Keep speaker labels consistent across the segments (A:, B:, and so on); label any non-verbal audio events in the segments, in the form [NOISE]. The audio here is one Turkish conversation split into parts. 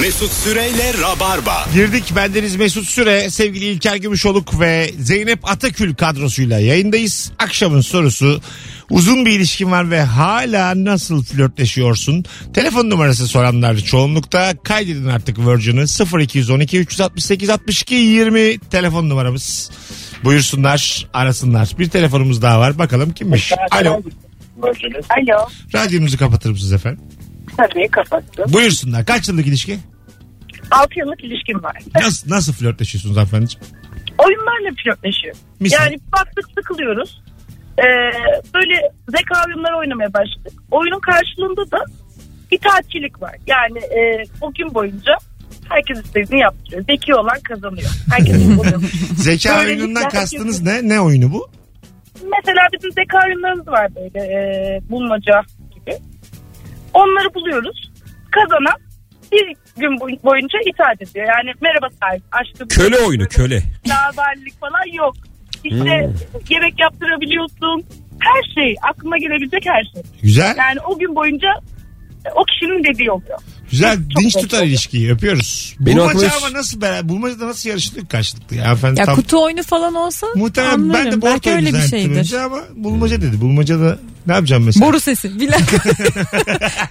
A: Mesut Süreyle Rabarba.
B: Girdik bendeniz Mesut Süre, sevgili İlker Gümüşoluk ve Zeynep Atakül kadrosuyla yayındayız. Akşamın sorusu uzun bir ilişkin var ve hala nasıl flörtleşiyorsun? Telefon numarası soranlar çoğunlukta kaydedin artık Virgin'ı 0212 368 62 20 telefon numaramız. Buyursunlar arasınlar. Bir telefonumuz daha var bakalım kimmiş? Alo
C: Alo.
B: radyomuzu kapatır mısınız efendim?
C: Tabii kapattım.
B: Buyursunlar kaç yıllık ilişki?
C: 6 yıllık ilişkim var.
B: Nasıl, nasıl flörtleşiyorsunuz
C: [LAUGHS]
B: hanımefendiciğim?
C: Oyunlarla flörtleşiyorum.
B: Misal.
C: Yani baktık sıkılıyoruz. Ee, böyle zeka oyunları oynamaya başladık. Oyunun karşılığında da bir tatillik var. Yani e, o gün boyunca herkes istediğini yaptırıyor. Zeki olan kazanıyor. Herkes kazanıyor.
B: Zeka
C: Böyle
B: oyunundan
C: bir- şey
B: kastınız ne? Ne oyunu bu?
C: Mesela bizim zeka oyunlarımız var böyle e, bulmaca gibi. Onları buluyoruz. Kazanan bir gün boy- boyunca itaat ediyor. Yani merhaba sahip aşkım.
D: Köle oyunu köle.
C: Beraberlik falan yok. İşte
D: Hmm.
C: yemek yaptırabiliyorsun. Her şey aklına gelebilecek her şey.
B: Güzel.
C: Yani o gün boyunca e, o kişinin dediği oluyor.
B: Güzel
C: Çok
B: dinç
C: zevkli
B: tutar ilişkiyi öpüyoruz.
D: Benim
B: bulmaca
D: aklıma-
B: ama nasıl beraber, bulmacada nasıl yarıştık karşılıklı ya efendim.
E: Ya
B: tam,
E: kutu oyunu falan olsa
B: muhtemelen
E: anlarım.
B: ben de board
E: Belki öyle bir
B: oyunu zannettim
E: şeydir.
B: önce ama bulmaca dedi. Bulmaca da ne yapacağım mesela?
E: Boru sesi. Bilak.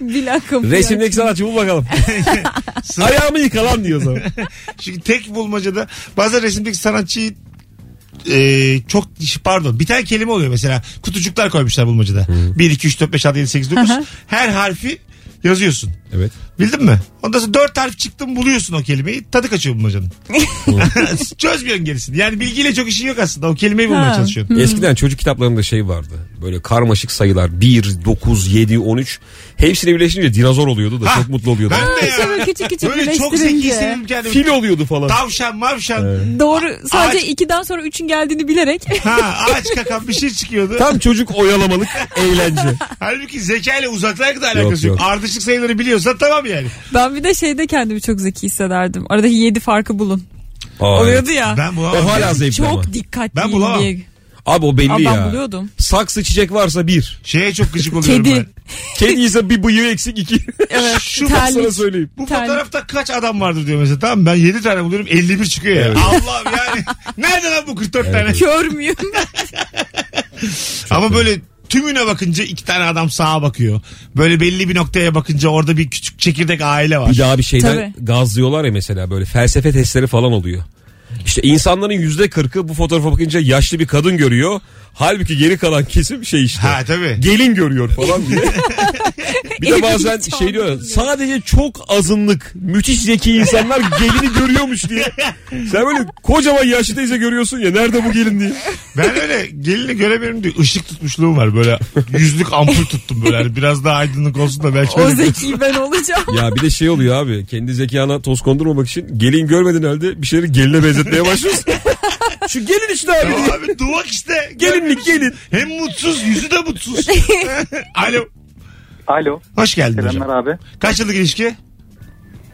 B: [LAUGHS]
E: Bilak kapıyor.
D: Resimdeki sanatçı bul bakalım. [LAUGHS] Ayağımı yıka lan diyor sana.
B: Çünkü tek bulmacada bazen resimdeki sanatçıyı e, çok pardon bir tane kelime oluyor mesela kutucuklar koymuşlar bulmacada. 1, 2, 3, 4, 5, 6, 7, 8, 9
E: Hı hı.
B: her harfi yazıyorsun.
D: Evet.
B: Bildin mi? Ondan sonra dört harf çıktım buluyorsun o kelimeyi. Tadı kaçıyor bulmacanın. Çözmüyorsun gerisini. Yani bilgiyle çok işin yok aslında. O kelimeyi bulmaya
E: Ha.
B: çalışıyorsun.
D: Eskiden çocuk kitaplarında şey vardı. Böyle karmaşık sayılar 1, 9, 7, 13. Hepsini birleşince dinozor oluyordu da
B: Ha.
D: çok mutlu oluyordu.
B: Ben de
E: Ay,
B: ya.
E: şöyle küçük küçük
B: Böyle çok zeki
E: birleştirince.
B: hissediyorum kendimi.
D: [LAUGHS] Fil oluyordu falan.
B: Tavşan mavşan.
E: Doğru. Sadece
B: Ağaç-
E: 2'den sonra 3'ün geldiğini bilerek. [LAUGHS]
B: Ha, ağaç kakan bir şey çıkıyordu.
D: Tam çocuk [LAUGHS] oyalamalık eğlence.
B: Halbuki zekayla uzaklıkla da alakası yok.
D: yok.
B: Ardışık sayıları biliyorsan tamam yani.
E: ben bir de şeyde kendimi çok zeki hissederdim. Aradaki 7 farkı bulun.
D: Aa, evet.
E: Oluyordu ya.
B: Ben bu
D: O hala zevkli ama.
E: çok dikkatli
B: Ben bulamam.
E: diye.
D: Abi o belli
E: Ama ben
D: ya.
E: buluyordum.
D: Saksı çiçek varsa bir.
B: şeye çok gıcık oluyorum
E: Kedi.
B: ben.
D: Kedi ise bir bıyığı eksik iki. [LAUGHS]
E: Evet.
B: Şu
D: Ben
E: terlik.
D: sana söyleyeyim.
B: Bu
E: Terlik.
B: fotoğrafta kaç adam vardır diyor mesela. Tamam ben 7 tane buluyorum 51 çıkıyor ya.
D: Evet.
B: Allah'ım yani. Nerede lan bu 44 tane?
E: Kör
B: [LAUGHS]
E: müyüm?
B: Ama böyle tümüne bakınca iki tane adam sağa bakıyor. Böyle belli bir noktaya bakınca orada bir küçük çekirdek aile var.
D: Bir daha bir şeyden
E: Tabii.
D: gazlıyorlar ya mesela böyle felsefe testleri falan oluyor. İşte insanların yüzde kırkı bu fotoğrafa bakınca yaşlı bir kadın görüyor. Halbuki geri kalan kesim şey işte.
B: Ha tabii.
D: Gelin görüyor falan [LAUGHS] diye. bir de
E: Evin
D: bazen
E: içi
D: şey diyor
E: olduğunu
D: sadece çok azınlık müthiş zeki insanlar gelini görüyormuş diye. Sen böyle kocaman yaşlı teyze görüyorsun ya nerede bu gelin diye.
B: Ben öyle gelini göremiyorum diye ışık tutmuşluğum var. Böyle yüzlük ampul tuttum böyle. Hani biraz daha aydınlık olsun da belki
E: O
B: öyle
E: zeki ben olacağım.
D: Ya bir de şey oluyor abi kendi zekana toz kondurmamak için gelin görmediğin halde bir şeyleri geline benzetmeye başlıyorsun. Şu gelin işte abi
B: Ya
D: diye.
B: Abi duvak işte.
D: [LAUGHS] Gelinlik gelin.
B: Hem mutsuz yüzü de mutsuz. Alo.
F: Alo.
B: Hoş geldin hocam.
F: Selamlar abi.
B: Kaç yıllık ilişki?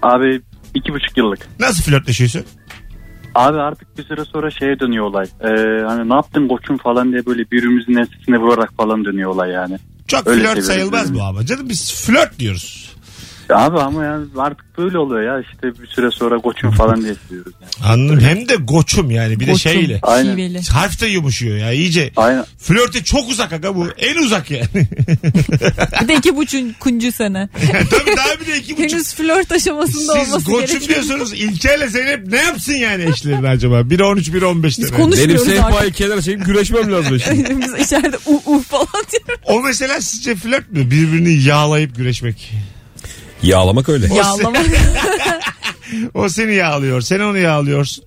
F: Abi iki buçuk yıllık.
B: Nasıl flörtleşiyorsun?
F: Abi artık bir süre sonra şeye dönüyor olay. Ee, hani ne yaptın koçum falan diye böyle birbirimizin ensesine vurarak falan dönüyor olay yani.
B: Çok
F: Öyle
B: flört
F: seviyorum.
B: sayılmaz bu ama. Canım biz flört diyoruz.
F: Abi ama yani artık böyle oluyor ya işte bir süre sonra koçum falan diye seviyoruz yani.
B: Anladım. Hem de goçum yani bir de
E: Koçum,
B: şeyle.
F: Aynen.
E: şiveli.
B: Harf de yumuşuyor ya iyice.
F: Aynen.
B: Flörte çok uzak aga bu. En uzak [LAUGHS] yani.
E: Bir de iki buçuk
B: [LAUGHS]
E: kuncu sene.
B: Tabii daha bir de iki buçuk.
E: Henüz flört aşamasında
B: Siz
E: olması
B: koçum
E: gerekiyor.
B: diyorsunuz. İlker'le Zeynep ne yapsın yani eşlerini acaba? Biri 13, biri 15
E: Biz
B: lira.
E: konuş-
D: Benim
E: Konuşmuyoruz
D: sehpayı kenara çekip güreşmem lazım şimdi.
E: [LAUGHS] Biz içeride uh uh falan diyoruz.
B: O mesela sizce flört mü? Birbirini yağlayıp güreşmek.
D: Yağlamak öyle.
E: Yağlamak.
B: O seni yağlıyor. Sen onu yağlıyorsun.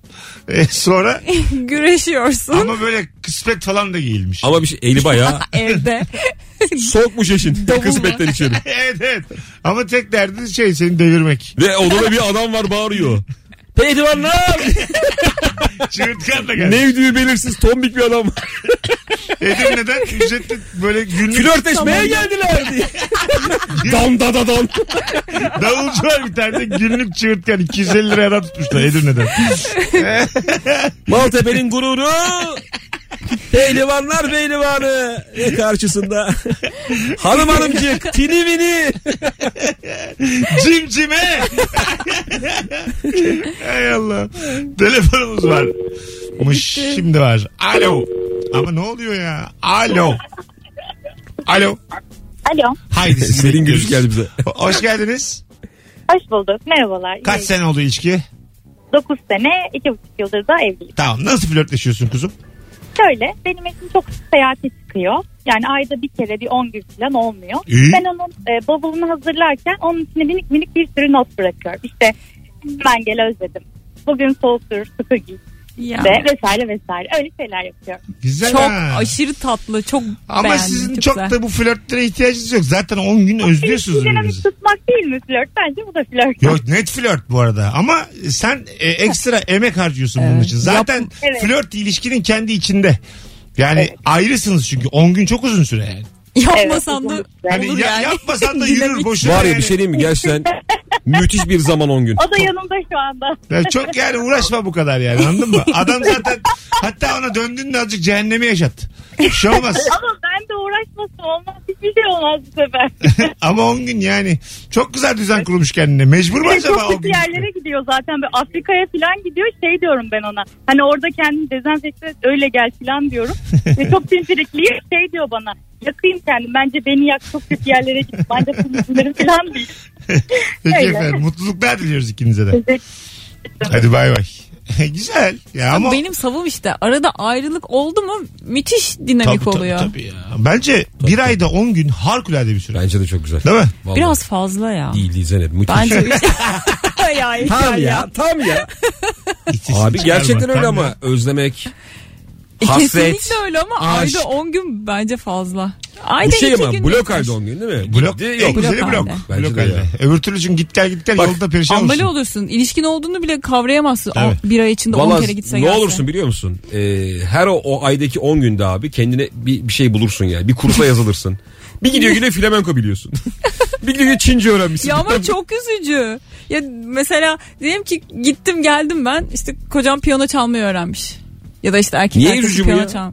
B: E, sonra
E: [LAUGHS] Güreşiyorsun
B: ama böyle kısmet falan da giyilmiş. [LAUGHS]
D: Ama bir şey eli bayağı
E: evde.
D: [LAUGHS] sokmuş eşin
E: Davul mu?
D: kısmetler içeri.
B: evet evet. Ama tek derdi şey seni devirmek.
D: Ve odada bir adam var bağırıyor. Pehlivanlar!
B: Çığırtkan
E: [LAUGHS]
B: da geldi.
D: ne ödüğü belirsiz tombik bir adam.
B: Edirne'den ücretli böyle günlük
D: Flörtleşmeye geldiler diye. dam da da [LAUGHS] dam.
B: davulcu var bir tane de günlük çığırtkan 250 liraya adam tutmuşlar Edirne'den.
D: Maltepe'nin gururu. Pehlivanlar pehlivanı E, [LAUGHS] karşısında. hanım hanımcık tini mini.
B: Cimcime. Hay Allah. Telefonumuz var. Mış şimdi var. Alo. Ama ne oluyor ya? Alo. Alo.
G: Alo.
B: Haydi sizi
D: Senin
B: bekliyoruz.
D: gülüş geldi bize.
B: Hoş geldiniz.
G: Hoş bulduk. Merhabalar.
B: Kaç sene oldu ilişki?
G: 9 sene, 2,5 yıldır da evliyim.
B: Tamam. Nasıl flörtleşiyorsun kuzum?
G: Şöyle benim eşim çok sık seyahate çıkıyor. Yani ayda bir kere bir 10 gün falan olmuyor.
B: İyi.
G: Ben onun e, bavulunu hazırlarken onun içine minik minik bir sürü not bırakıyorum. İşte ben gel özledim. Bugün soğuktur, sıkı giy
E: Ya.
G: de vesaire vesaire. Öyle şeyler yapıyorum.
B: Güzel
E: Çok
B: ha.
E: aşırı tatlı. Çok
B: Ama
E: beğendim.
B: sizin çok,
E: güzel.
B: da bu flörtlere ihtiyacınız yok. Zaten 10 gün özlüyorsunuz birbirinizi.
G: Dinamik tutmak değil mi flört? Bence bu da flört.
B: Yok net flört bu arada ama sen e, ekstra emek harcıyorsun bunun
E: Evet.
B: için. Zaten
G: Evet.
B: flört ilişkinin kendi içinde. Yani
G: Evet.
B: ayrısınız çünkü 10 gün çok uzun süre yani.
E: [LAUGHS] Yapmasan da
G: Evet,
B: Hani
E: olur
B: ya-
E: yani.
B: yapmasan da yürür
E: Dinamik.
B: boşuna.
D: Var ya
B: yani.
D: bir şey diyeyim mi? Gerçekten müthiş bir zaman 10 gün.
G: O da yanımda şu anda.
B: Yani çok yani uğraşma bu kadar yani anladın mı? Adam zaten hatta ona döndüğünde azıcık cehennemi yaşat. Bir şey olmaz. [LAUGHS]
G: Ama ben de uğraşmasam olmaz. Hiçbir şey olmaz bu sefer.
B: [LAUGHS] Ama 10 gün yani çok güzel düzen kurmuş kendine. Mecbur mu
G: Ve
B: acaba
G: çok
B: o
G: kötü
B: gün?
G: yerlere gidiyor zaten. Böyle Afrika'ya falan gidiyor. Şey diyorum ben ona. Hani orada kendini dezenfekte et öyle gel
B: [LAUGHS]
G: falan diyorum. Ve çok pimpirikliyim. Şey diyor bana. Yakayım kendim. Bence beni yak. Çok kötü yerlere git. Ben de sınırlarım falan değil.
B: Peki
G: Öyle.
B: efendim mutluluklar diliyoruz ikinize de.
G: Evet.
B: Hadi bay [LAUGHS] bay. güzel. Ya ama
E: Benim savım işte arada ayrılık oldu mu müthiş dinamik
B: Tabii, tabii,
E: oluyor.
B: tabii ya. Bence bir ayda 10 gün harikulade bir süre.
D: Bence de çok güzel.
B: Değil mi?
D: Vallahi.
E: Biraz fazla ya.
D: değil değil Zeynep. Müthiş.
E: [LAUGHS] Bence ya,
D: Tam ya tam ya.
B: İçisin
D: Abi
B: çıkarma.
D: gerçekten öyle
B: Tam
D: ama
B: ya.
D: özlemek.
E: E,
D: Hasret.
E: Kesinlikle öyle ama
D: aşk.
E: ayda 10 gün bence fazla. Ayda
D: Bu şey
E: iki
D: ama
E: gün
D: blok
E: yeter.
D: halde 10 gün değil mi?
B: Blok.
D: Gitti,
B: en
D: yok.
B: güzeli
E: Blok
B: blok.
E: halde.
D: Bence
B: Blok
D: de
B: halde.
D: ya.
B: Öbür türlü çünkü git gel git gel
D: Bak,
B: yolda perişan
E: Ambali
B: olursun.
E: olursun. İlişkin olduğunu bile kavrayamazsın.
B: Evet.
E: O Bir ay içinde 10
D: Vallahi
E: kere gitse
D: ne
E: gelse.
D: olursun biliyor musun? Ee, her o, o aydaki 10 günde abi kendine bir, bir şey bulursun yani. Bir kursa yazılırsın. Bir gidiyor güne flamenko biliyorsun. [LAUGHS] bir şey gidiyor güne Çince öğrenmişsin.
E: Ya ama çok üzücü. Ya mesela diyelim ki gittim geldim ben işte kocam piyano çalmayı öğrenmiş. Ya da işte erkek
D: Niye
E: arkadaşı
D: üzücü bu
E: piyano
D: ya?
E: çal-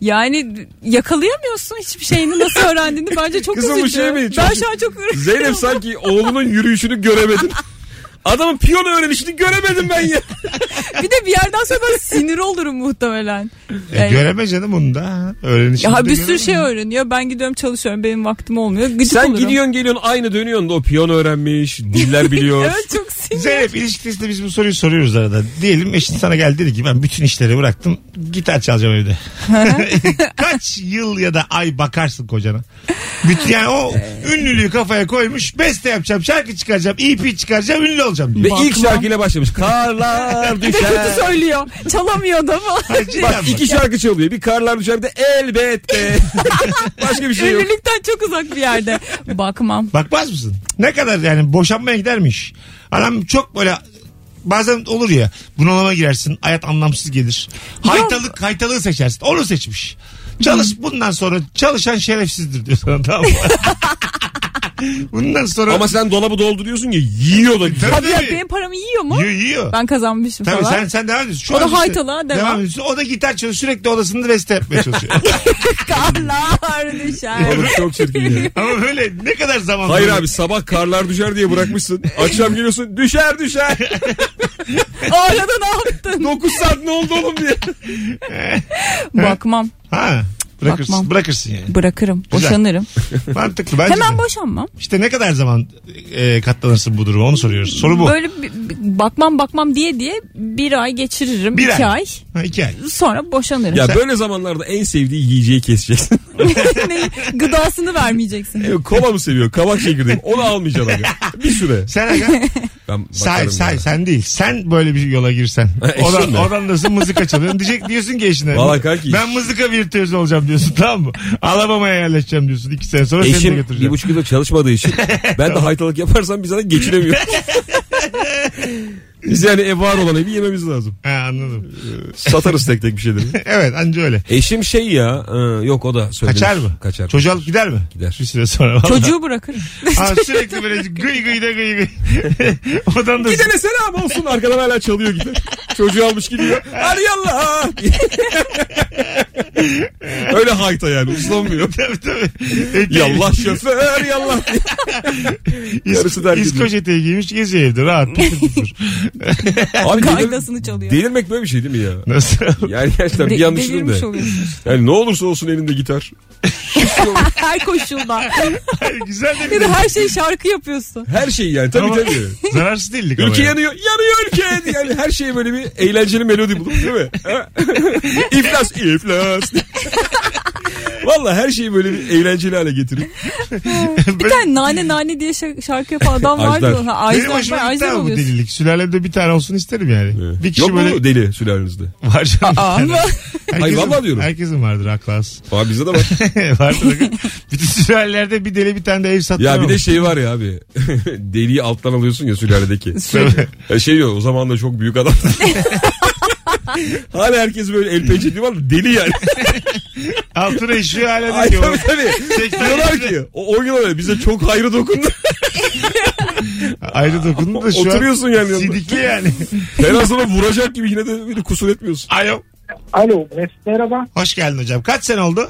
E: Yani yakalayamıyorsun hiçbir şeyini
D: [LAUGHS]
E: nasıl öğrendiğini bence çok
D: Kızım bu
E: üzücü.
D: şey mi?
E: Ben
D: Çok-
E: şu an çok
D: [LAUGHS] [LAUGHS] Zeynep sanki oğlunun yürüyüşünü göremedin. Adamın piyano öğrenişini göremedim ben ya.
E: bir de bir yerden sonra ben sinir olurum muhtemelen.
B: E, göreme canım onu da. Öğrenişini
E: Ya
B: de
E: bir sürü
B: göremem.
E: şey öğreniyor. Ben gidiyorum çalışıyorum. Benim vaktim olmuyor. Gıcık
D: Sen
E: olurum.
D: gidiyorsun geliyorsun aynı dönüyorsun da o piyano öğrenmiş, diller biliyor.
E: Evet çok sinir.
B: Zeynep ilişkisinde biz bu soruyu soruyoruz arada. Diyelim eşin sana geldi dedi ki ben bütün işleri bıraktım. Gitar çalacağım evde. Kaç yıl ya da ay bakarsın kocana. Bütün, yani o ünlülüğü kafaya koymuş. Beste yapacağım, şarkı çıkaracağım, EP çıkaracağım, ünlü olacağım diyor.
D: Ve
E: Bakma.
D: ilk şarkıyla başlamış. Karlar
E: [LAUGHS] Bir de
D: düşer.
E: kötü söylüyor. Çalamıyordu ama.
B: Bak,
D: Bak iki şarkı çalıyor. Bir karlar düşer bir de elbette. Başka bir şey yok.
E: Evlilikten çok uzak bir yerde. Bakmam.
B: Bakmaz mısın? Ne kadar yani boşanmaya gidermiş. Adam çok böyle bazen olur ya bunalıma girersin hayat anlamsız gelir. Haytalık haytalığı seçersin onu seçmiş. Çalış bundan sonra çalışan şerefsizdir diyor sana tamam
E: [LAUGHS]
B: mı? bundan sonra
D: Ama sen dolabı dolduruyorsun ya yiyor da güzel.
B: Tabii,
E: Abi ya
B: tabii.
E: benim paramı yiyor mu?
B: yiyor yiyor.
E: Ben kazanmışım
B: Tabii
E: falan.
B: sen, sen devam ediyorsun. Şu
E: O da
B: an işte
E: haytalığa devam.
B: ediyorsun. O da gitar çalıyor. Sürekli odasında beste yapmaya
E: [LAUGHS]
B: çalışıyor.
E: [LAUGHS] Karlar
D: Oğlum
E: düşer.
D: çok çirkin ya.
B: Ama böyle ne kadar zaman
D: Hayır
B: sonra-
D: abi sabah karlar düşer diye bırakmışsın. Akşam geliyorsun düşer düşer.
E: o arada
B: [LAUGHS]
E: ne yaptın?
D: 9 saat ne oldu oğlum diye.
E: Bakmam.
B: Ha, bırakırsın,
E: Bakmam.
B: bırakırsın yani.
E: Bırakırım.
B: Güzel.
E: Boşanırım.
B: Mantıklı. Bence de.
E: Hemen boşanmam.
B: İşte ne kadar zaman e, katlanırsın bu duruma onu soruyoruz. Soru bu.
E: Böyle bir- bir- bakmam bakmam diye diye bir ay geçiririm.
B: Bir
E: iki
B: ay.
E: ay.
B: Ha, iki ay.
E: Sonra boşanırım. [LAUGHS]
D: Ya böyle zamanlarda en sevdiği yiyeceği keseceksin. [LAUGHS]
E: Neyi? Gıdasını vermeyeceksin.
D: E, Kola mı seviyor? Kabak çekirdeği. mi? Onu almayacaksın abi. Bir süre.
B: Sen
E: [LAUGHS]
B: aga,
D: Ben
B: say,
D: bakarım
B: say,
D: ya.
B: sen değil. Sen böyle bir yola girsen.
D: [LAUGHS] Eşim
B: Oradan,
D: mi?
B: oradan nasıl mızıka çalıyorsun? Diyecek, diyorsun ki eşine.
D: Vallahi kanki.
B: Ben mızıka virtüözü olacağım diyorsun [LAUGHS] tamam mı? Alabama'ya yerleşeceğim diyorsun. iki sene sonra seni de
D: Eşim bir
B: götüreceğim.
D: buçuk yıldır
B: [LAUGHS]
D: çalışmadığı için ben de haytalık yaparsam biz zaten geçinemiyoruz. biz yani ev var olan evi yememiz lazım.
B: Ha, anladım.
D: Satarız tek tek bir şeyleri.
B: Evet anca öyle.
D: Eşim şey ya e, yok o da söylenir.
B: Kaçar mı?
D: Kaçar.
B: Çocuğu alıp gider mi?
D: Gider.
B: Bir süre sonra. vallahi.
E: Çocuğu bırakırım. [LAUGHS]
B: Ha, sürekli böyle gıy gıy da gıy [LAUGHS] gıy. Odan da
D: Gidene selam olsun arkadan hala çalıyor gibi. Çocuğu almış gidiyor. Hadi yallah. [LAUGHS] Öyle hayta yani uslanmıyor.
B: tabii tabii. Eteği-
D: yallah şoför yallah.
B: İs-
D: yarısı da erkek.
B: İskoç eteği giymiş geziyor evde rahat.
D: [LAUGHS]
B: pıtır pıtır.
D: Abi delir,
E: Kaydasını çalıyor.
D: delirmek böyle bir şey değil mi ya?
B: Nasıl?
D: Yani gerçekten
E: De-
D: bir yanlış değil
E: delirmiş
D: de.
E: oluyorsun.
D: Yani ne olursa olsun elinde gitar.
E: her koşulda.
B: Hayır, güzel de bir
E: ya da her şey şarkı yapıyorsun.
D: Her şey yani tabii
B: Ama- [LAUGHS]
D: tabii.
B: Zararsız değildik ama.
D: Ülke
B: yani.
D: yanıyor. Yanıyor ülke. diye. Yani her şeye böyle bir eğlenceli melodi bulup değil mi? Ha? [LAUGHS] iflas, [LAUGHS] iflas. Valla her şeyi böyle bir eğlenceli hale getirip.
E: Bir tane nane nane diye şa- şarkı yapan adam
D: Ajdar.
E: vardı. Ha,
B: Benim
E: Ajdar. Ben
B: hoşuma gitti
E: Ajdar
B: abi bu
E: oluyorsun.
B: delilik. Sülalemde bir tane olsun isterim yani. Bir kişi
D: Yok
B: böyle
D: mu deli sülalenizde?
B: var canım.
E: Aa,
B: bir tane.
E: ama-
B: Herkesin-
D: Hayır, vallahi diyorum.
B: Herkesin vardır aklas.
D: Abi bizde de var.
B: [LAUGHS] vardır. Bütün sülalelerde bir deli bir tane de ev satıyor.
D: Ya bir
B: ama.
D: de şey var ya abi. [LAUGHS] Deliyi alttan alıyorsun ya sülaledeki.
B: [LAUGHS] Tabii.
D: Ya şey diyor o zaman da çok
B: [LAUGHS]
D: büyük adam. Hala herkes böyle el pençeli var da deli yani.
B: Altına işiyor hala
D: Ay [LAUGHS]
B: diyor.
D: tabii tabii.
B: Seksen
D: Diyorlar
B: yaşında.
D: ki o, o gün öyle bize çok hayrı dokundu.
B: Ayrı dokundu da şu
D: Oturuyorsun
B: an.
D: yani yanında.
B: Sidikli yani. [LAUGHS]
D: En azından vuracak gibi yine de böyle kusur etmiyorsun.
B: Alo.
H: Alo Mesut merhaba.
B: Hoş geldin hocam. Kaç sene oldu?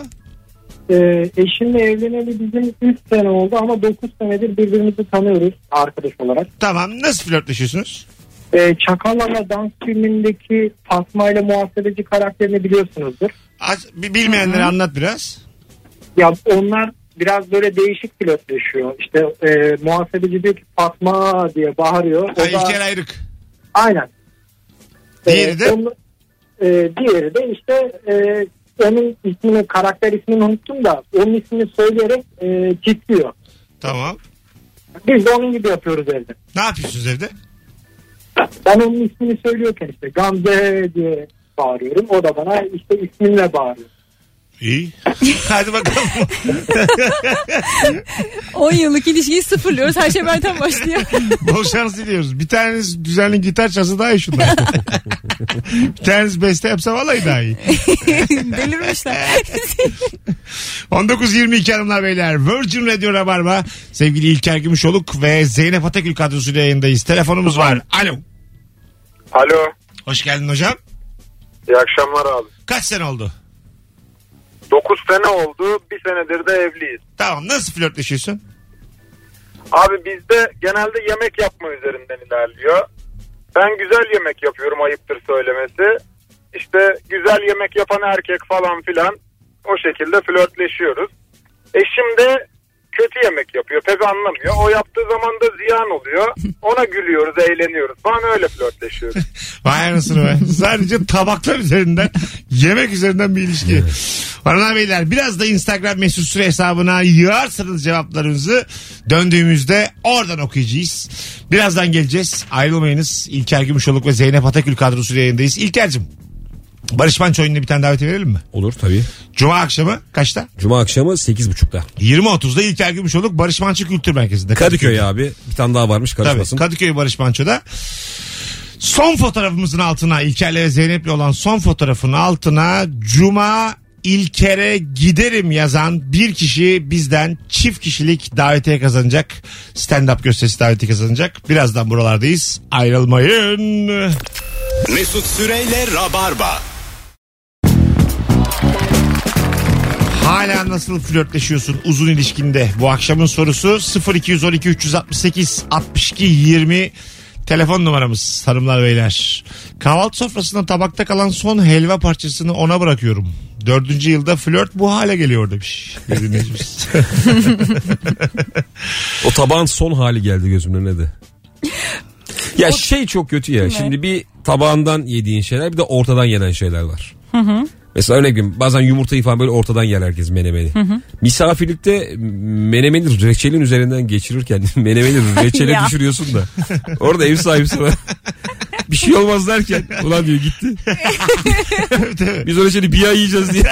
H: Ee, eşimle evleneli bizim 3 sene oldu ama 9 senedir birbirimizi tanıyoruz arkadaş olarak.
B: Tamam. Nasıl flörtleşiyorsunuz?
H: Ee, Çakallarla dans filmindeki Fatma ile muhasebeci karakterini biliyorsunuzdur.
B: Az, bi- bilmeyenlere anlat biraz.
H: Ya onlar biraz böyle değişik flörtleşiyor. İşte e, muhasebeci diyor ki Fatma diye bağırıyor. O
B: Ha,
H: da-
B: İlker Ayrık.
H: Aynen.
B: Diğeri de?
H: onu- e, diğeri de işte e, onun ismini, karakter ismini unuttum da onun ismini söyleyerek e, kilitliyor.
B: Tamam.
H: Biz de onun gibi yapıyoruz evde.
B: Ne yapıyorsunuz evde?
H: Ben onun ismini söylüyorken işte Gamze diye bağırıyorum. O da bana işte isminle bağırıyor.
B: İyi. [LAUGHS] Hadi bakalım.
E: 10 yıllık ilişkiyi sıfırlıyoruz. Her şey
B: [LAUGHS]
E: benden başlıyor.
B: Bol şans diliyoruz. Bir taneniz düzenli gitar çalsa daha iyi şundan. [LAUGHS] bir taneniz beste yapsa vallahi daha iyi.
E: Delirmişler.
B: 19.22 hanımlar beyler. Virgin Radio Rabarba. Sevgili İlker Gümüşoluk ve Zeynep Atakül kadrosuyla yayındayız. Telefonumuz var. Alo.
I: Alo.
B: Hoş geldin hocam.
I: İyi akşamlar abi.
B: Kaç sene oldu?
I: 9 sene oldu. Bir senedir de evliyiz.
B: Tamam nasıl flörtleşiyorsun?
I: Abi bizde genelde yemek yapma üzerinden ilerliyor. Ben güzel yemek yapıyorum ayıptır söylemesi. İşte güzel yemek yapan erkek falan filan o şekilde flörtleşiyoruz. Eşim de kötü yemek yapıyor pek anlamıyor. O yaptığı zaman da ziyan oluyor. Ona gülüyoruz eğleniyoruz falan öyle flörtleşiyoruz.
B: Vay anasını be. Sadece tabaklar üzerinden, yemek üzerinden bir ilişki. Hanımlar beyler biraz da Instagram mesut süre hesabına yığarsanız cevaplarınızı döndüğümüzde oradan okuyacağız. Birazdan geleceğiz. Ayrılmayınız. İlker Gümüşoluk ve Zeynep Atakül kadrosuyla yayındayız. İlker'cim Barış Manço oyununa bir tane daveti verelim mi?
D: Olur tabii.
B: Cuma akşamı kaçta?
D: Cuma akşamı 8.30'da.
B: 20.30'da İlker Gümüşoluk Barış Manço Kültür Merkezi'nde.
D: Kadıköy abi. Bir tane daha varmış
B: Tabii
D: karışmasın.
B: Kadıköy Barış Manço'da. Son fotoğrafımızın altına İlker'le ve Zeynep'le olan son fotoğrafın altına Cuma İlker'e giderim yazan bir kişi bizden çift kişilik davetiye kazanacak. Stand-up gösterisi davetiye kazanacak. Birazdan buralardayız. Ayrılmayın.
A: Mesut Süreyle Rabarba.
B: Hala nasıl flörtleşiyorsun uzun ilişkinde? Bu akşamın sorusu 0212 368 62 20 telefon numaramız hanımlar beyler. Kahvaltı sofrasında tabakta kalan son helva parçasını ona bırakıyorum. Dördüncü yılda flört bu hale geliyor demiş. bir dinleyicimiz.
D: O tabağın son hali geldi gözümün önüne
E: [LAUGHS]
D: de. Ya şey çok kötü ya.
E: Ne?
D: Şimdi bir tabağından yediğin şeyler bir de ortadan yenen şeyler var. Mesela örnek vereyim bazen yumurtayı falan böyle ortadan yer herkes menemeni. Misafirlikte menemeni reçelin üzerinden geçirirken [LAUGHS] menemeni reçele
E: Ya.
D: düşürüyorsun da. Orada ev sahibi sana [LAUGHS] bir şey olmaz derken ulan diyor gitti.
E: [LAUGHS]
D: Biz o reçeli bir ay yiyeceğiz diye.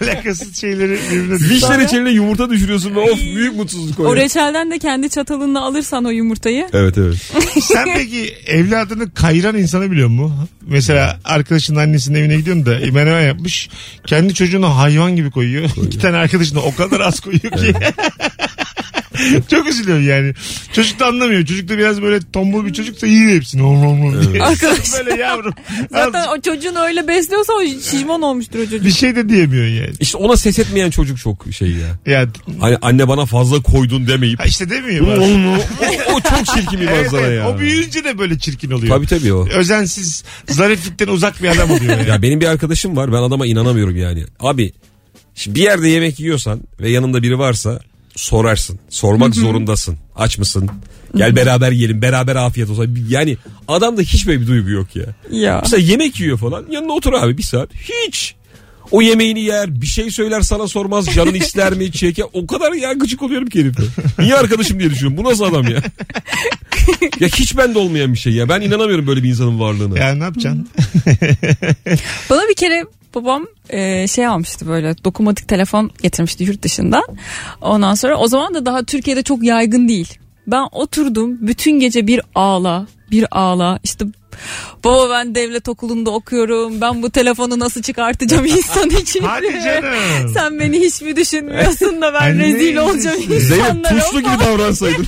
B: Alakasız şeyleri birbirine
D: Vişne reçeline yumurta düşürüyorsun ve of büyük mutsuzluk
E: o
D: oluyor.
E: reçelden de kendi çatalınla alırsan o yumurtayı.
D: Evet evet.
E: [LAUGHS]
B: Sen peki evladını kayıran insanı biliyor musun? Mesela arkadaşının annesinin evine gidiyorsun da menemen yapmış. Kendi çocuğunu hayvan gibi koyuyor. İki tane arkadaşını o kadar az koyuyor ki. [LAUGHS] Çok üzülüyorum yani. Çocuk da anlamıyor. Çocuk da biraz böyle tombul bir çocuksa yiyor hepsini. Om, om, om diye.
E: Arkadaş.
B: böyle
E: [LAUGHS]
B: yavrum.
E: Zaten
B: az-
E: o çocuğunu öyle besliyorsa o şişman olmuştur o
B: bir
E: çocuk.
B: şey de diyemiyorsun yani.
D: İşte ona ses etmeyen çocuk çok şey ya.
B: Ya
D: Hani anne bana fazla koydun demeyip.
B: ha işte demiyor. bazen.
D: o, o çok çirkin bir
B: [LAUGHS] Evet,
D: manzara
B: evet.
D: ya.
B: O büyüyünce de böyle çirkin oluyor.
D: Tabii tabii o.
B: Özensiz, zariflikten uzak bir adam oluyor. Yani.
D: Ya benim bir arkadaşım var ben adama inanamıyorum yani. Abi şimdi bir yerde yemek yiyorsan ve yanında biri varsa sorarsın. Sormak zorundasın. Aç mısın? Gel beraber yiyelim. Beraber afiyet olsun. Yani adamda hiç böyle bir duygu yok ya.
E: Ya.
D: Mesela yemek yiyor falan. Yanına otur abi bir saat. Hiç. O yemeğini yer. Bir şey söyler sana sormaz.
B: [LAUGHS]
D: Canın ister mi? Çeker. O kadar ya gıcık oluyorum ki herife. Niye arkadaşım diye düşünüyorum. Bu nasıl adam
B: [LAUGHS]
D: ya? ya hiç bende olmayan bir şey ya. Ben inanamıyorum böyle bir insanın varlığına.
B: Ya ne
E: [LAUGHS]
B: yapacaksın?
E: Bana bir kere babam e, şey almıştı böyle dokunmatik telefon getirmişti yurt dışından. Ondan sonra o zaman da daha Türkiye'de çok yaygın değil. Ben oturdum bütün gece bir ağla bir ağla işte baba ben devlet okulunda okuyorum ben bu telefonu nasıl
B: [LAUGHS]
E: çıkartacağım insan için.
B: Hadi canım.
E: Sen beni hiç mi düşünmüyorsun da ben
B: Anne
E: rezil olacağım
B: rezil.
E: insanlara.
B: [LAUGHS]
E: falan.
D: davransaydın.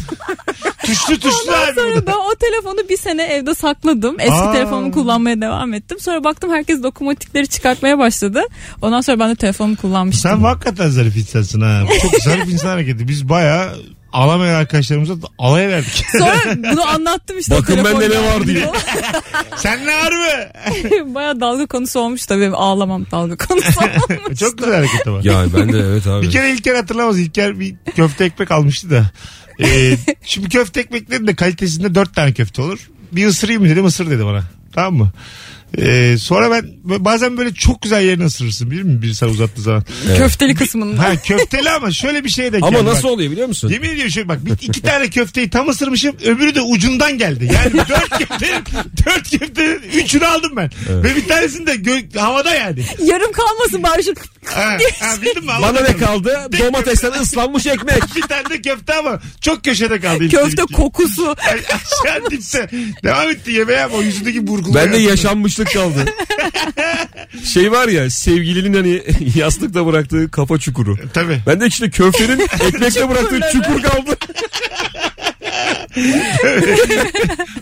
B: Tuşlu tuşlu
E: Ondan
B: abi. bu
E: sonra
B: da.
E: ben o telefonu bir sene evde sakladım. Eski
B: Aa.
E: telefonumu kullanmaya devam ettim. Sonra baktım herkes dokunmatikleri çıkartmaya başladı. Ondan sonra ben de telefonumu kullanmıştım.
B: Sen hakikaten zarif insansın ha. Çok zarif insan hareketi. Biz baya alamayan arkadaşlarımıza da alay verdik. [LAUGHS]
E: Sonra bunu anlattım işte.
D: Bakın
E: telefonla
D: bende ne var diye.
B: Sen ne harbi?
E: [LAUGHS] Baya dalga konusu olmuş da benim ağlamam dalga
B: [LAUGHS]
E: konusu olmuş.
B: Çok güzel hareket ama.
D: Ya ben de evet abi.
B: Bir kere İlker hatırlamaz. İlker bir köfte ekmek almıştı da. Ee, şimdi köfte ekmeklerin de kalitesinde dört tane köfte olur. Bir ısırayım mı dedim ısır dedi bana. Tamam mı? Ee, sonra ben bazen böyle çok güzel yerini ısırırsın bilir misin? Biri sana uzattığı zaman.
E: Köfteli kısmında.
B: Ha köfteli ama şöyle bir şey de.
D: Ama
B: geldi bak.
D: nasıl oluyor biliyor musun?
B: Yemin ediyorum şöyle bak bir, iki tane köfteyi tam ısırmışım öbürü de ucundan geldi.
D: [LAUGHS]
B: Yani dört köfte dört köfte üçünü aldım ben. Ve bir tanesini de gö- havada yani.
E: Yarım kalmasın bari şu
B: Ha, ha, bildin mi?
D: Bana
B: Havada
D: ne
B: kaldı.
D: kaldı? Domatesten
B: şey. [LAUGHS]
D: ıslanmış ekmek.
B: bir tane de köfte ama çok köşede kaldı. ilk
E: köfte
B: iki.
E: kokusu.
B: Ay, Aşağı dipte. Devam etti yemeğe ama o yüzündeki burkulma.
D: Ben de
B: yaratıldı.
D: yaşanmışlık
B: [LAUGHS]
D: kaldı. Şey var ya sevgilinin hani [LAUGHS] yastıkta bıraktığı kafa çukuru.
B: Tabii.
D: Ben de içinde köftenin ekmekle bıraktığı çukur kaldı.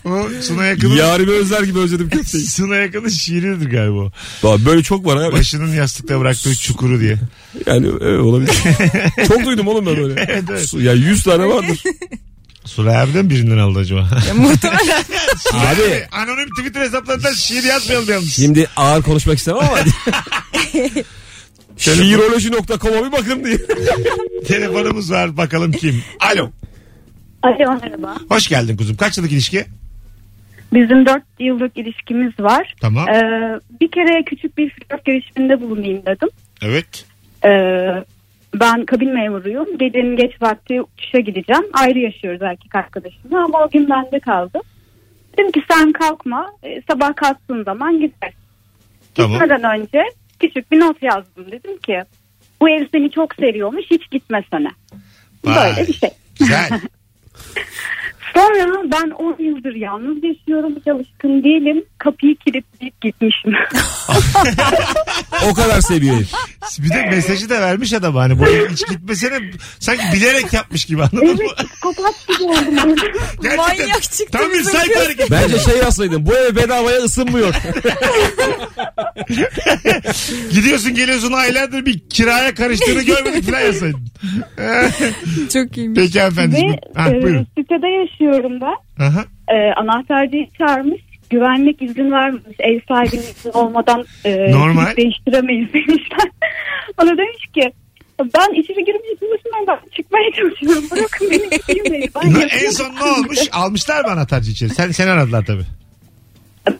B: O Suna yakının,
D: Yarimi özler gibi özledim köfteyi.
B: Suna yakının şiiridir galiba o.
D: Vallahi Böyle çok var abi.
B: Başının yastıkta bıraktığı çukuru diye.
D: Yani evet, olabilir. çok duydum oğlum ben öyle. Su- Ya 100 tane vardır.
B: Suna abiden birinden aldı acaba.
E: E, Muhtemelen.
B: [LAUGHS]
D: Abi
B: Anonim Twitter hesaplarından şiir yazmayalım yalnız.
D: şimdi ağır konuşmak istemem [LAUGHS] ama. Şiiroloji.com'a bir bakın diye.
B: Telefonumuz var bakalım
G: [LAUGHS]
B: kim. Alo.
G: Alo merhaba.
B: Hoş geldin kuzum. Kaç yıllık ilişki?
G: Bizim 4 yıllık ilişkimiz var.
B: Tamam.
G: Ee, bir kere küçük bir flört girişiminde bulunayım dedim.
B: Evet.
G: Ee, ben kabin memuruyum. Gecenin geç vakti uçuşa gideceğim. Ayrı yaşıyoruz erkek arkadaşımla ama o gün bende kaldı. Dedim ki sen kalkma e, sabah kalktığın zaman gider.
B: Tamam.
G: Gitmeden önce küçük bir not yazdım. Dedim ki bu ev seni çok seviyormuş hiç gitmesene.
B: Vay.
G: Böyle bir şey.
B: Güzel.
G: Sonra ben 10 yıldır yalnız yaşıyorum hiç alışkın değilim. Kapıyı kilitleyip gitmişim.
D: O kadar seviyorum.
B: Bir de mesajı da vermiş adam hani
G: [LAUGHS]
B: bu ev hiç gitmesene sanki bilerek yapmış gibi anladın mı? [LAUGHS]
G: evet psikopat gibi oldum.
E: Manyak çıktı
B: Tam bir
E: bizim
B: sayfa
E: kız.
B: hareket.
D: Bence şey yazsaydın bu ev bedavaya ısınmıyor.
B: Gidiyorsun geliyorsun aylardır bir kiraya karıştığını görmedik falan
G: [LAUGHS]
B: yazsaydın.
E: Çok iyiymiş.
B: Peki
G: Ve
B: hanımefendiciğim. Ha,
G: e,
B: buyurun.
G: sitede yaşıyorum ben.
B: Aha.
G: e, anahtarcıyı çağırmış. Güvenlik izin vermemiş. Ev sahibinin izni olmadan e,
B: Normal.
G: kilit değiştiremeyiz demişler. [LAUGHS] Ona demiş ki ben içeri girmeye çalışmıyorum. Ben çıkmaya çalışıyorum. Bırakın beni gitmeyin. Ben
B: Ne- en
G: yapıyorum."
B: son ne
G: [LAUGHS]
B: olmuş? Almışlar mı anahtarcı içeri? Sen, seni aradılar tabii.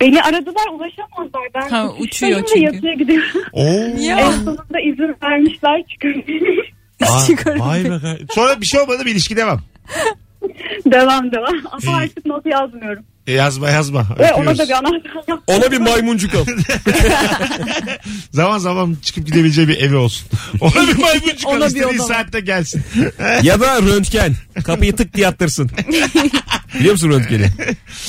G: Beni aradılar ulaşamazlar. Ben
E: Ha, uçuyor
G: uçuştayım ve
E: çünkü.
G: Yatıya gidiyorum.
E: [LAUGHS]
B: Oo.
G: en
E: Ya.
G: sonunda izin vermişler çıkıyorum.
E: [LAUGHS]
B: Aa,
E: Çıkarım.
B: vay be. kar- Sonra bir şey olmadı bir ilişki devam.
G: [LAUGHS] devam devam.
B: İyi.
G: Ama artık not yazmıyorum.
B: E, yazma yazma.
G: Ve ona
B: Öpüyoruz.
G: da bir anahtar yaptım.
D: Ona bir maymuncuk al.
B: Zaman zaman çıkıp gidebileceği bir evi olsun. Ona bir maymuncuk
E: Ona bir
B: al istediği
E: oda var.
B: saatte gelsin.
D: Ya da röntgen. Kapıyı tık diye attırsın. Biliyor musun röntgeni?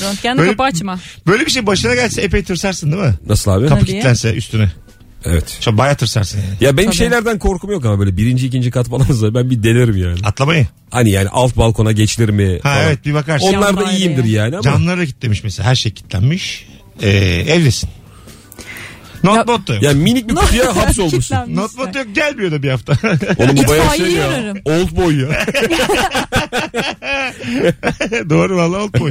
E: Röntgenle
B: Böyle-
E: kapı açma.
B: Böyle bir şey başına gelse epey tırsarsın değil mi?
D: Nasıl abi?
B: Kapı
E: [LAUGHS] Tabii.
B: kilitlense üstüne.
D: Evet.
B: Sonra bayağı tırsarsın yani.
D: Ya benim şeylerden korkum yok ama böyle birinci ikinci kat falansa ben bir delerim yani.
B: Atlamayı.
D: Hani yani alt balkona geçilir mi?
B: Ha
D: falan.
B: evet şey bir bakarsın.
D: Onlar da
E: Yan
D: iyiyimdir
E: daireye.
D: yani ama.
B: Camları da kilitlemiş mesela. Her şey kilitlenmiş. Ee, evdesin. Notbot da yok.
D: Ya minik bir
E: [LAUGHS]
D: kutuya hapsolmuşsun.
B: Notbot yok gelmiyor da bir hafta. [LAUGHS]
D: Oğlum bu bayağı şey
E: İtfaiyeyi
D: ya.
E: ararım.
D: Old boy
E: [LAUGHS]
D: ya.
B: Doğru valla old boy.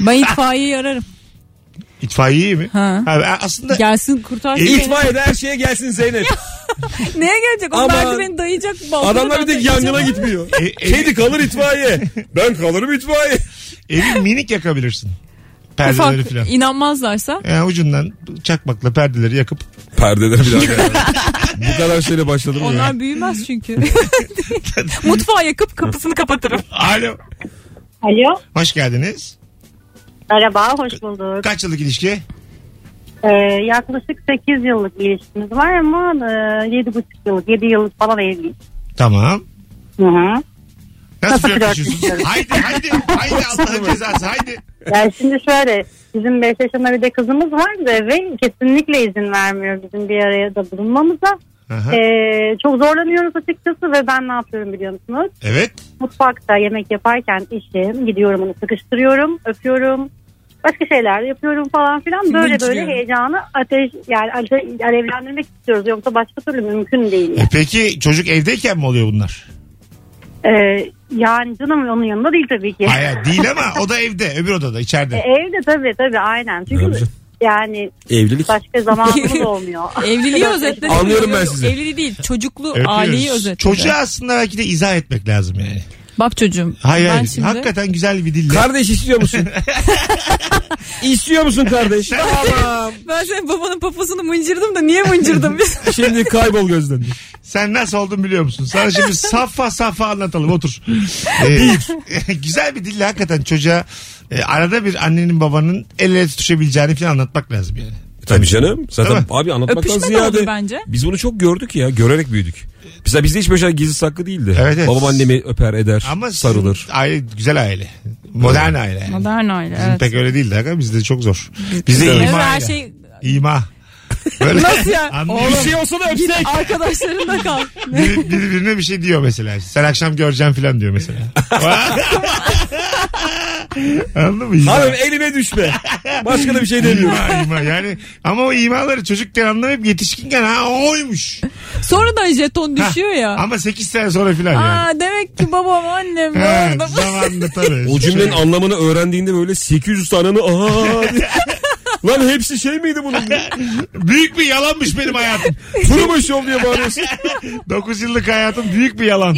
E: Ben itfaiyeyi ararım.
B: İtfaiye iyi mi?
E: Ha.
B: Abi, aslında
E: Gelsin kurtar. beni.
D: İtfaiyede E, her şeye gelsin
E: [LAUGHS]
D: Zeynep.
E: Neye gelecek? Onlar
D: Aman.
E: da beni dayayacak. balkona
D: Adamlar bir
E: ben
D: tek yangına
E: dayayacağım.
D: gitmiyor.
B: [LAUGHS] E, e-
D: Kedi kalır itfaiye. Ben kalırım itfaiye.
B: evi minik yakabilirsin. Perdeleri
E: Ufak
B: filan.
E: inanmazlarsa.
B: Yani ucundan çakmakla perdeleri yakıp
D: Perdeleri bir dakika.
E: [LAUGHS]
D: Bu kadar şeyle başladım ya.
E: Onlar
D: [LAUGHS]
E: büyümez çünkü. Mutfağı yakıp kapısını kapatırım.
B: alo
G: Alo.
B: hoş geldiniz.
G: Merhaba, hoş bulduk.
B: Kaç yıllık ilişki?
G: Ee, yaklaşık 8 yıllık bir ilişkimiz var ama e, 7,5 yıllık, 7 yıllık falan evliyiz.
B: Tamam.
G: Hı hı.
B: Nasıl
G: Nasıl
B: flörtleşiyorsunuz?
G: flörtleşiyoruz?
B: haydi haydi haydi Allah'ın cezası haydi.
G: Yani şimdi şöyle bizim 5 yaşında bir de kızımız var da ve kesinlikle izin vermiyor bizim bir araya da bulunmamıza.
B: Aha.
G: Ee, çok zorlanıyoruz açıkçası ve ben ne yapıyorum biliyor musunuz?
B: Evet.
G: Mutfakta yemek yaparken işim gidiyorum onu sıkıştırıyorum, öpüyorum. Başka şeyler yapıyorum falan filan. Böyle böyle
E: Bıcırıyorum.
G: heyecanı ateş yani ate- alevlendirmek istiyoruz. Yoksa başka türlü mümkün değil.
B: E peki çocuk evdeyken mi oluyor bunlar?
G: Ee, yani canım onun yanında değil tabii ki.
B: Hayır değil ama o da evde öbür odada
G: E,
B: içeride.
G: evde tabii tabii aynen. Çünkü
D: Tabii canım.
G: yani
D: Evlilik.
B: [LAUGHS]
G: başka zamanımız olmuyor.
E: Evliliği özetledim.
D: Anlıyorum ben sizi.
E: Evliliği değil çocuklu
B: Öpüyoruz.
E: aileyi özetledim.
B: Çocuğa aslında belki de izah etmek lazım yani.
E: Bak çocuğum.
B: Hayır
E: ben
B: hayır.
E: şimdi
B: Hakikaten güzel bir dille.
D: Kardeş istiyor
E: [LAUGHS]
D: musun? istiyor musun kardeş? tamam.
E: ben senin babanın poposunu mıncırdım da niye
D: [LAUGHS]
E: mıncırdım biz?
D: Şimdi kaybol gözden.
B: Sen nasıl oldun biliyor musun? Sana
E: [LAUGHS]
B: şimdi safa safa anlatalım otur. Ee, [LAUGHS] güzel bir dille hakikaten çocuğa e, arada bir annenin babanın el ele tutuşabileceğini falan anlatmak lazım yani.
D: E Tabii canım. Zaten
B: Değil mi?
D: abi anlatmaktan
E: Öpüşme de
D: ziyade
E: olur bence.
D: biz bunu çok gördük ya. Görerek büyüdük. Mesela bizde hiç böyle şey gizli saklı değildi.
B: Evet, evet.
D: Babam annemi öper eder.
B: Ama sizin
D: sarılır.
B: Aile güzel aile. Modern aile. Yani.
E: Modern aile
B: Bizim
E: evet.
B: pek öyle değil de aga, bizde çok zor. Bizde
E: Evet,
B: ima.
E: her
B: ile.
E: şey
B: İma. Böyle
E: Nasıl ya?
B: Anlıyor
E: Oğlum.
B: musun?
D: şey olsa da
E: git arkadaşlarınla kal.
B: Biri- birbirine bir şey diyor mesela. Sen akşam göreceğim falan diyor mesela. Anladın mı? İma.
D: Hanım elime düşme. Başka da bir şey demiyorum.
B: İma, ima. Yani ama o imaları çocukken anlamayıp yetişkinken ha oymuş.
E: Sonradan jeton düşüyor ya.
B: Ama 8 sene sonra filan yani.
E: Aa demek ki
B: [LAUGHS]
E: babam annem
B: Ha,
E: orada.
B: zamanında tabii.
D: O cümlenin anlamını öğrendiğinde böyle 800 taneni
B: [LAUGHS]
D: aha diye. Lan hepsi şey miydi bunun?
B: büyük bir yalanmış benim hayatım.
D: Turma şov
B: [LAUGHS]
D: diye bağırıyorsun.
B: 9 yıllık hayatım büyük bir yalan.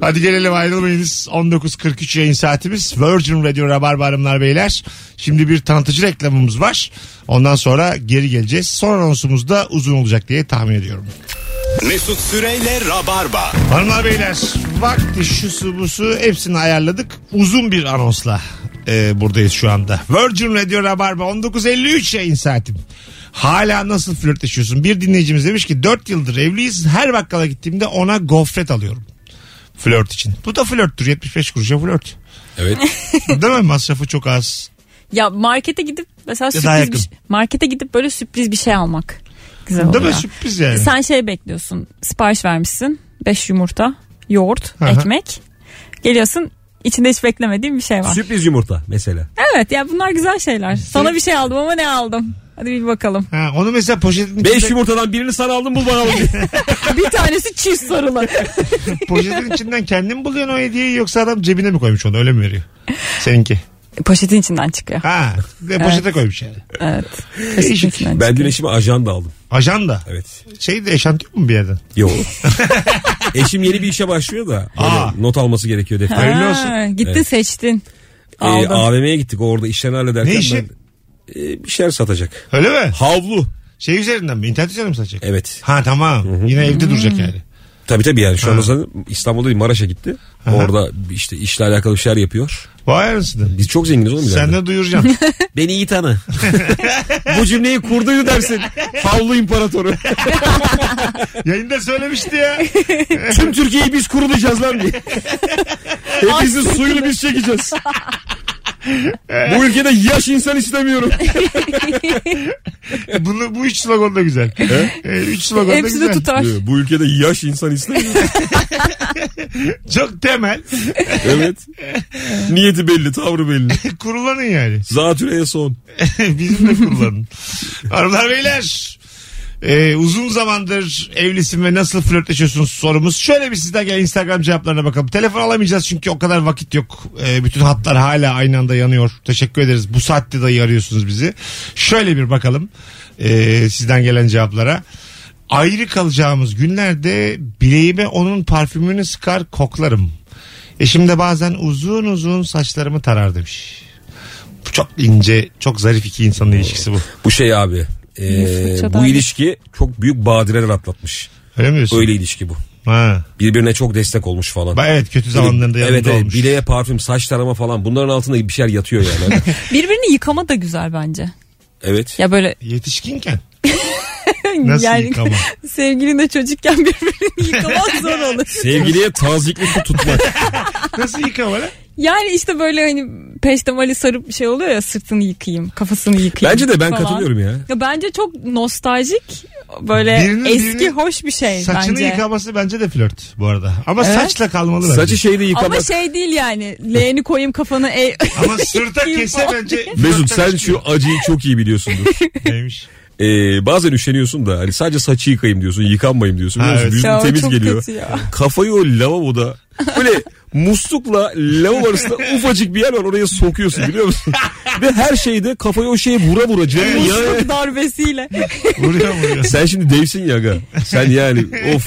B: Hadi gelelim ayrılmayınız. 19.43 yayın saatimiz. Virgin Radio Rabarba Hanımlar Beyler. Şimdi bir tanıtıcı reklamımız var. Ondan sonra geri geleceğiz. Son anonsumuz da uzun olacak diye tahmin ediyorum.
A: Mesut Süreyle Rabarba.
B: Hanımlar beyler vakti şusu busu hepsini ayarladık. Uzun bir anonsla e, buradayız şu anda. Virgin Radio Rabarba 19.53 yayın saatim. Hala nasıl flörtleşiyorsun? Bir dinleyicimiz demiş ki 4 yıldır evliyiz. Her bakkala gittiğimde ona gofret alıyorum. Flört için. Bu da flörttür. 75 kuruşa flört.
D: Evet.
B: [LAUGHS] Değil mi? Masrafı çok az.
E: Ya markete gidip mesela
B: Ya daha
E: sürpriz bir
B: yakın.
E: şey, markete gidip böyle sürpriz bir şey almak güzel
B: Değil mi?
E: oluyor.
B: Sürpriz yani.
E: Sen şey bekliyorsun. Sipariş vermişsin. 5 yumurta, yoğurt,
B: Aha.
E: ekmek. Geliyorsun içinde hiç beklemediğin bir şey var.
D: Sürpriz yumurta mesela.
E: Evet ya bunlar güzel şeyler. Sana bir şey aldım ama ne aldım? Hadi
B: [LAUGHS]
E: bir bakalım.
B: Ha, onu mesela poşetin içinde,
D: 5 yumurtadan birini sana aldım bul bakalım.
B: [LAUGHS]
E: bir tanesi çift sarılı.
B: poşetin içinden kendin mi buluyorsun o hediyeyi yoksa adam cebine mi koymuş onu öyle mi veriyor? Seninki.
E: Poşetin içinden çıkıyor.
B: Ha, bir de poşete koymuş yani.
E: Evet. Poşetin
B: Değişik.
E: içinden
D: ben dün
E: çıkıyor.
D: eşime ajanda aldım.
B: Ajanda.
D: Evet.
B: Şey de eşantiyon mu bir yerden? [LAUGHS]
D: Yo. Eşim yeni bir işe başlıyor da böyle
B: Aa.
D: not alması gerekiyor defter.
B: Hayırlı
E: Ha,
B: olsun. E,
E: Gittin
D: Evet.
E: seçtin.
D: Ee,
E: Aldım.
D: AVM'ye gittik orada işlerini hallederken
B: Ne işi?
D: ben e, bir şeyler satacak.
B: Öyle mi?
D: Havlu.
B: Şey üzerinden mi? İnternet üzerinden mi satacak?
D: Evet.
B: Ha tamam. Yine evde duracak yani.
D: Tabii tabii yani şu
B: Ha.
D: anda zaten İstanbul'da değil Maraş'a gitti.
B: Aha.
D: Orada işte işle alakalı bir şeyler yapıyor.
B: Vay anasını.
D: Biz çok zenginiz oğlum
B: Sen
D: ileride.
B: de duyuracaksın.
D: Beni
B: [LAUGHS]
D: iyi tanı. Bu cümleyi kurduydu dersin.
B: [LAUGHS]
D: Havlu imparatoru.
B: Yayında söylemişti ya. [LAUGHS]
D: Tüm Türkiye'yi biz kurulayacağız lan diye. Hepinizin suyunu biz çekeceğiz. Bu ülkede yaş insan istemiyorum.
B: E, Bunu, bu üç slogan da güzel. Ee, üç slogan da
E: Hepsi de
B: güzel.
E: tutar.
D: Bu ülkede yaş insan istemiyorum.
B: Çok temel.
D: Evet. Niyeti belli, tavrı belli.
B: Kurulanın yani.
D: Zatürreye son.
B: [LAUGHS] Bizim de kullanın. Hanımlar beyler. Ee, uzun zamandır evlisin ve nasıl flörtleşiyorsunuz sorumuz. Şöyle bir sizden gelen Instagram cevaplarına bakalım. Telefon alamayacağız çünkü o kadar vakit yok. Ee, bütün hatlar hala aynı anda yanıyor. Teşekkür ederiz. Bu saatte dahi arıyorsunuz bizi. Şöyle bir bakalım ee, sizden gelen cevaplara. Ayrı kalacağımız günlerde bileğime onun parfümünü sıkar koklarım. Eşim de bazen uzun uzun saçlarımı tarar demiş. Bu çok ince, çok zarif iki insanın ilişkisi bu.
D: Bu şey abi. e,
E: fırçadan-
D: bu ilişki çok büyük badireler atlatmış.
B: Öyle mi diyorsun?
D: Öyle ilişki bu.
B: Ha.
D: Birbirine çok destek olmuş falan.
B: Ba- Evet kötü zamanlarında yanında
D: evet, evet,
B: olmuş.
D: bileğe parfüm, saç tarama falan bunların altında bir şeyler yatıyor [LAUGHS] yani.
E: Birbirini yıkama da güzel bence.
D: evet.
E: Ya böyle
B: Yetişkinken. Nasıl
E: yani
B: yıkama?
E: [LAUGHS] sevgilin de çocukken
B: [LAUGHS]
E: birbirini yıkamak zor olur.
D: Sevgiliye taziklik tutmak.
B: Nasıl yıkama lan?
E: Yani işte böyle hani peştemali sarıp şey oluyor ya sırtını yıkayayım, kafasını yıkayayım.
D: Bence de ben
E: falan.
D: katılıyorum ya.
E: Ya bence çok nostaljik böyle
B: Birinin-
E: eski
B: birinin
E: hoş bir şey
B: Saçını
E: bence.
B: yıkaması bence de flört bu arada. Ama
E: Evet.
B: saçla kalmalı bence.
D: Saçı şeyde yıkamak.
E: Ama şey değil yani leğeni koyayım kafana e-
B: [LAUGHS]
E: [LAUGHS]
B: Ama sırta
E: Yıkayım
B: kese
E: falan
B: bence...
D: Mesut
B: flörtten
D: sen
B: çıkıyor.
D: şu acıyı çok iyi biliyorsundur.
B: Neymiş?
D: Ee, bazen üşeniyorsun da hani sadece saçı yıkayayım diyorsun, yıkanmayayım diyorsun.
B: Ha,
D: Biliyor musun?
B: evet.
D: Vücudun
E: Ya,
D: temiz
E: çok
D: geliyor.
E: kötü ya.
D: Kafayı o lavaboda böyle muslukla lavabo arasında
B: [LAUGHS]
D: ufacık bir yer var oraya sokuyorsun biliyor musun? Ve her şeyde kafayı o şeye vura vura. canım. Ya-
B: [LAUGHS]
E: musluk darbesiyle.
B: Vuruyor
D: [LAUGHS]
B: vuruyor.
D: sen şimdi devsin ya aga. Sen yani of.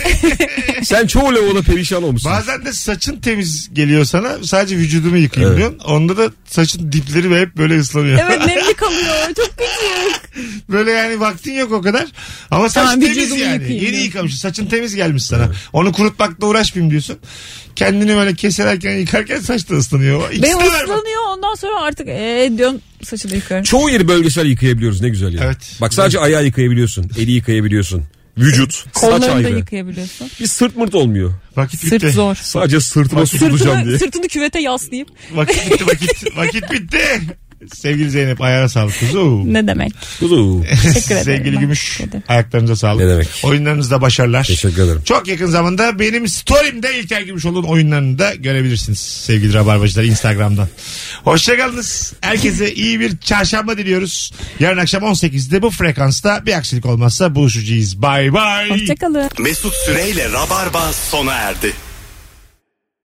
D: Sen çoğu lavaboda perişan olmuşsun.
B: Bazen de saçın temiz geliyor sana. Sadece vücudumu yıkayayım
D: Evet.
B: diyorsun. Onda da saçın dipleri ve hep böyle ıslanıyor.
E: Evet nemli kalıyor. Çok kötü.
B: Böyle yani vaktin yok o kadar. Ama saç
E: Tamam,
B: temiz
E: vücudumu
B: yani.
E: yıkayayım
B: Yeni
E: diyorsun.
B: yıkamışsın. Saçın temiz gelmiş sana. Onu kurutmakla uğraşmayayım diyorsun. Kendini böyle keserken yıkarken saç da ıslanıyor. İkisi
E: Benim
B: de var bak.
E: ıslanıyor ondan sonra artık e, diyorum saçını yıkarım.
D: Çoğu yeri bölgesel yıkayabiliyoruz ne güzel ya.
B: Evet.
D: Bak sadece ayağı yıkayabiliyorsun, eli yıkayabiliyorsun. Vücut, saç
E: Kollarını da
D: ayrı.
E: yıkayabiliyorsun.
D: Bir sırt mırt olmuyor.
B: Vakit bitti.
E: Sırt zor.
D: Sadece sırtıma su tutacağım diye.
E: Sırtını, sırtını küvete yaslayıp
B: Vakit bitti vakit. vakit
E: [LAUGHS]
B: bitti. Sevgili Zeynep ayağına sağlık kuzum.
E: ne demek?
D: Kuzu.
E: Teşekkür ederim.
B: Sevgili
E: Ben
B: Gümüş
E: teşekkür ederim.
B: ayaklarınıza sağlık.
D: Ne demek.
B: Oyunlarınızda başarılar.
D: Teşekkür ederim.
B: Çok yakın zamanda benim story'imde İlker Gümüşoğlu'nun oyunlarını da görebilirsiniz sevgili Rabarbacılar Instagram'dan. Hoşçakalınız. Herkese iyi bir çarşamba diliyoruz. Yarın akşam 18'de bu frekansta bir aksilik olmazsa buluşacağız. Bay bay.
E: Hoşçakalın.
A: Mesut Süreyle Rabarba sona erdi.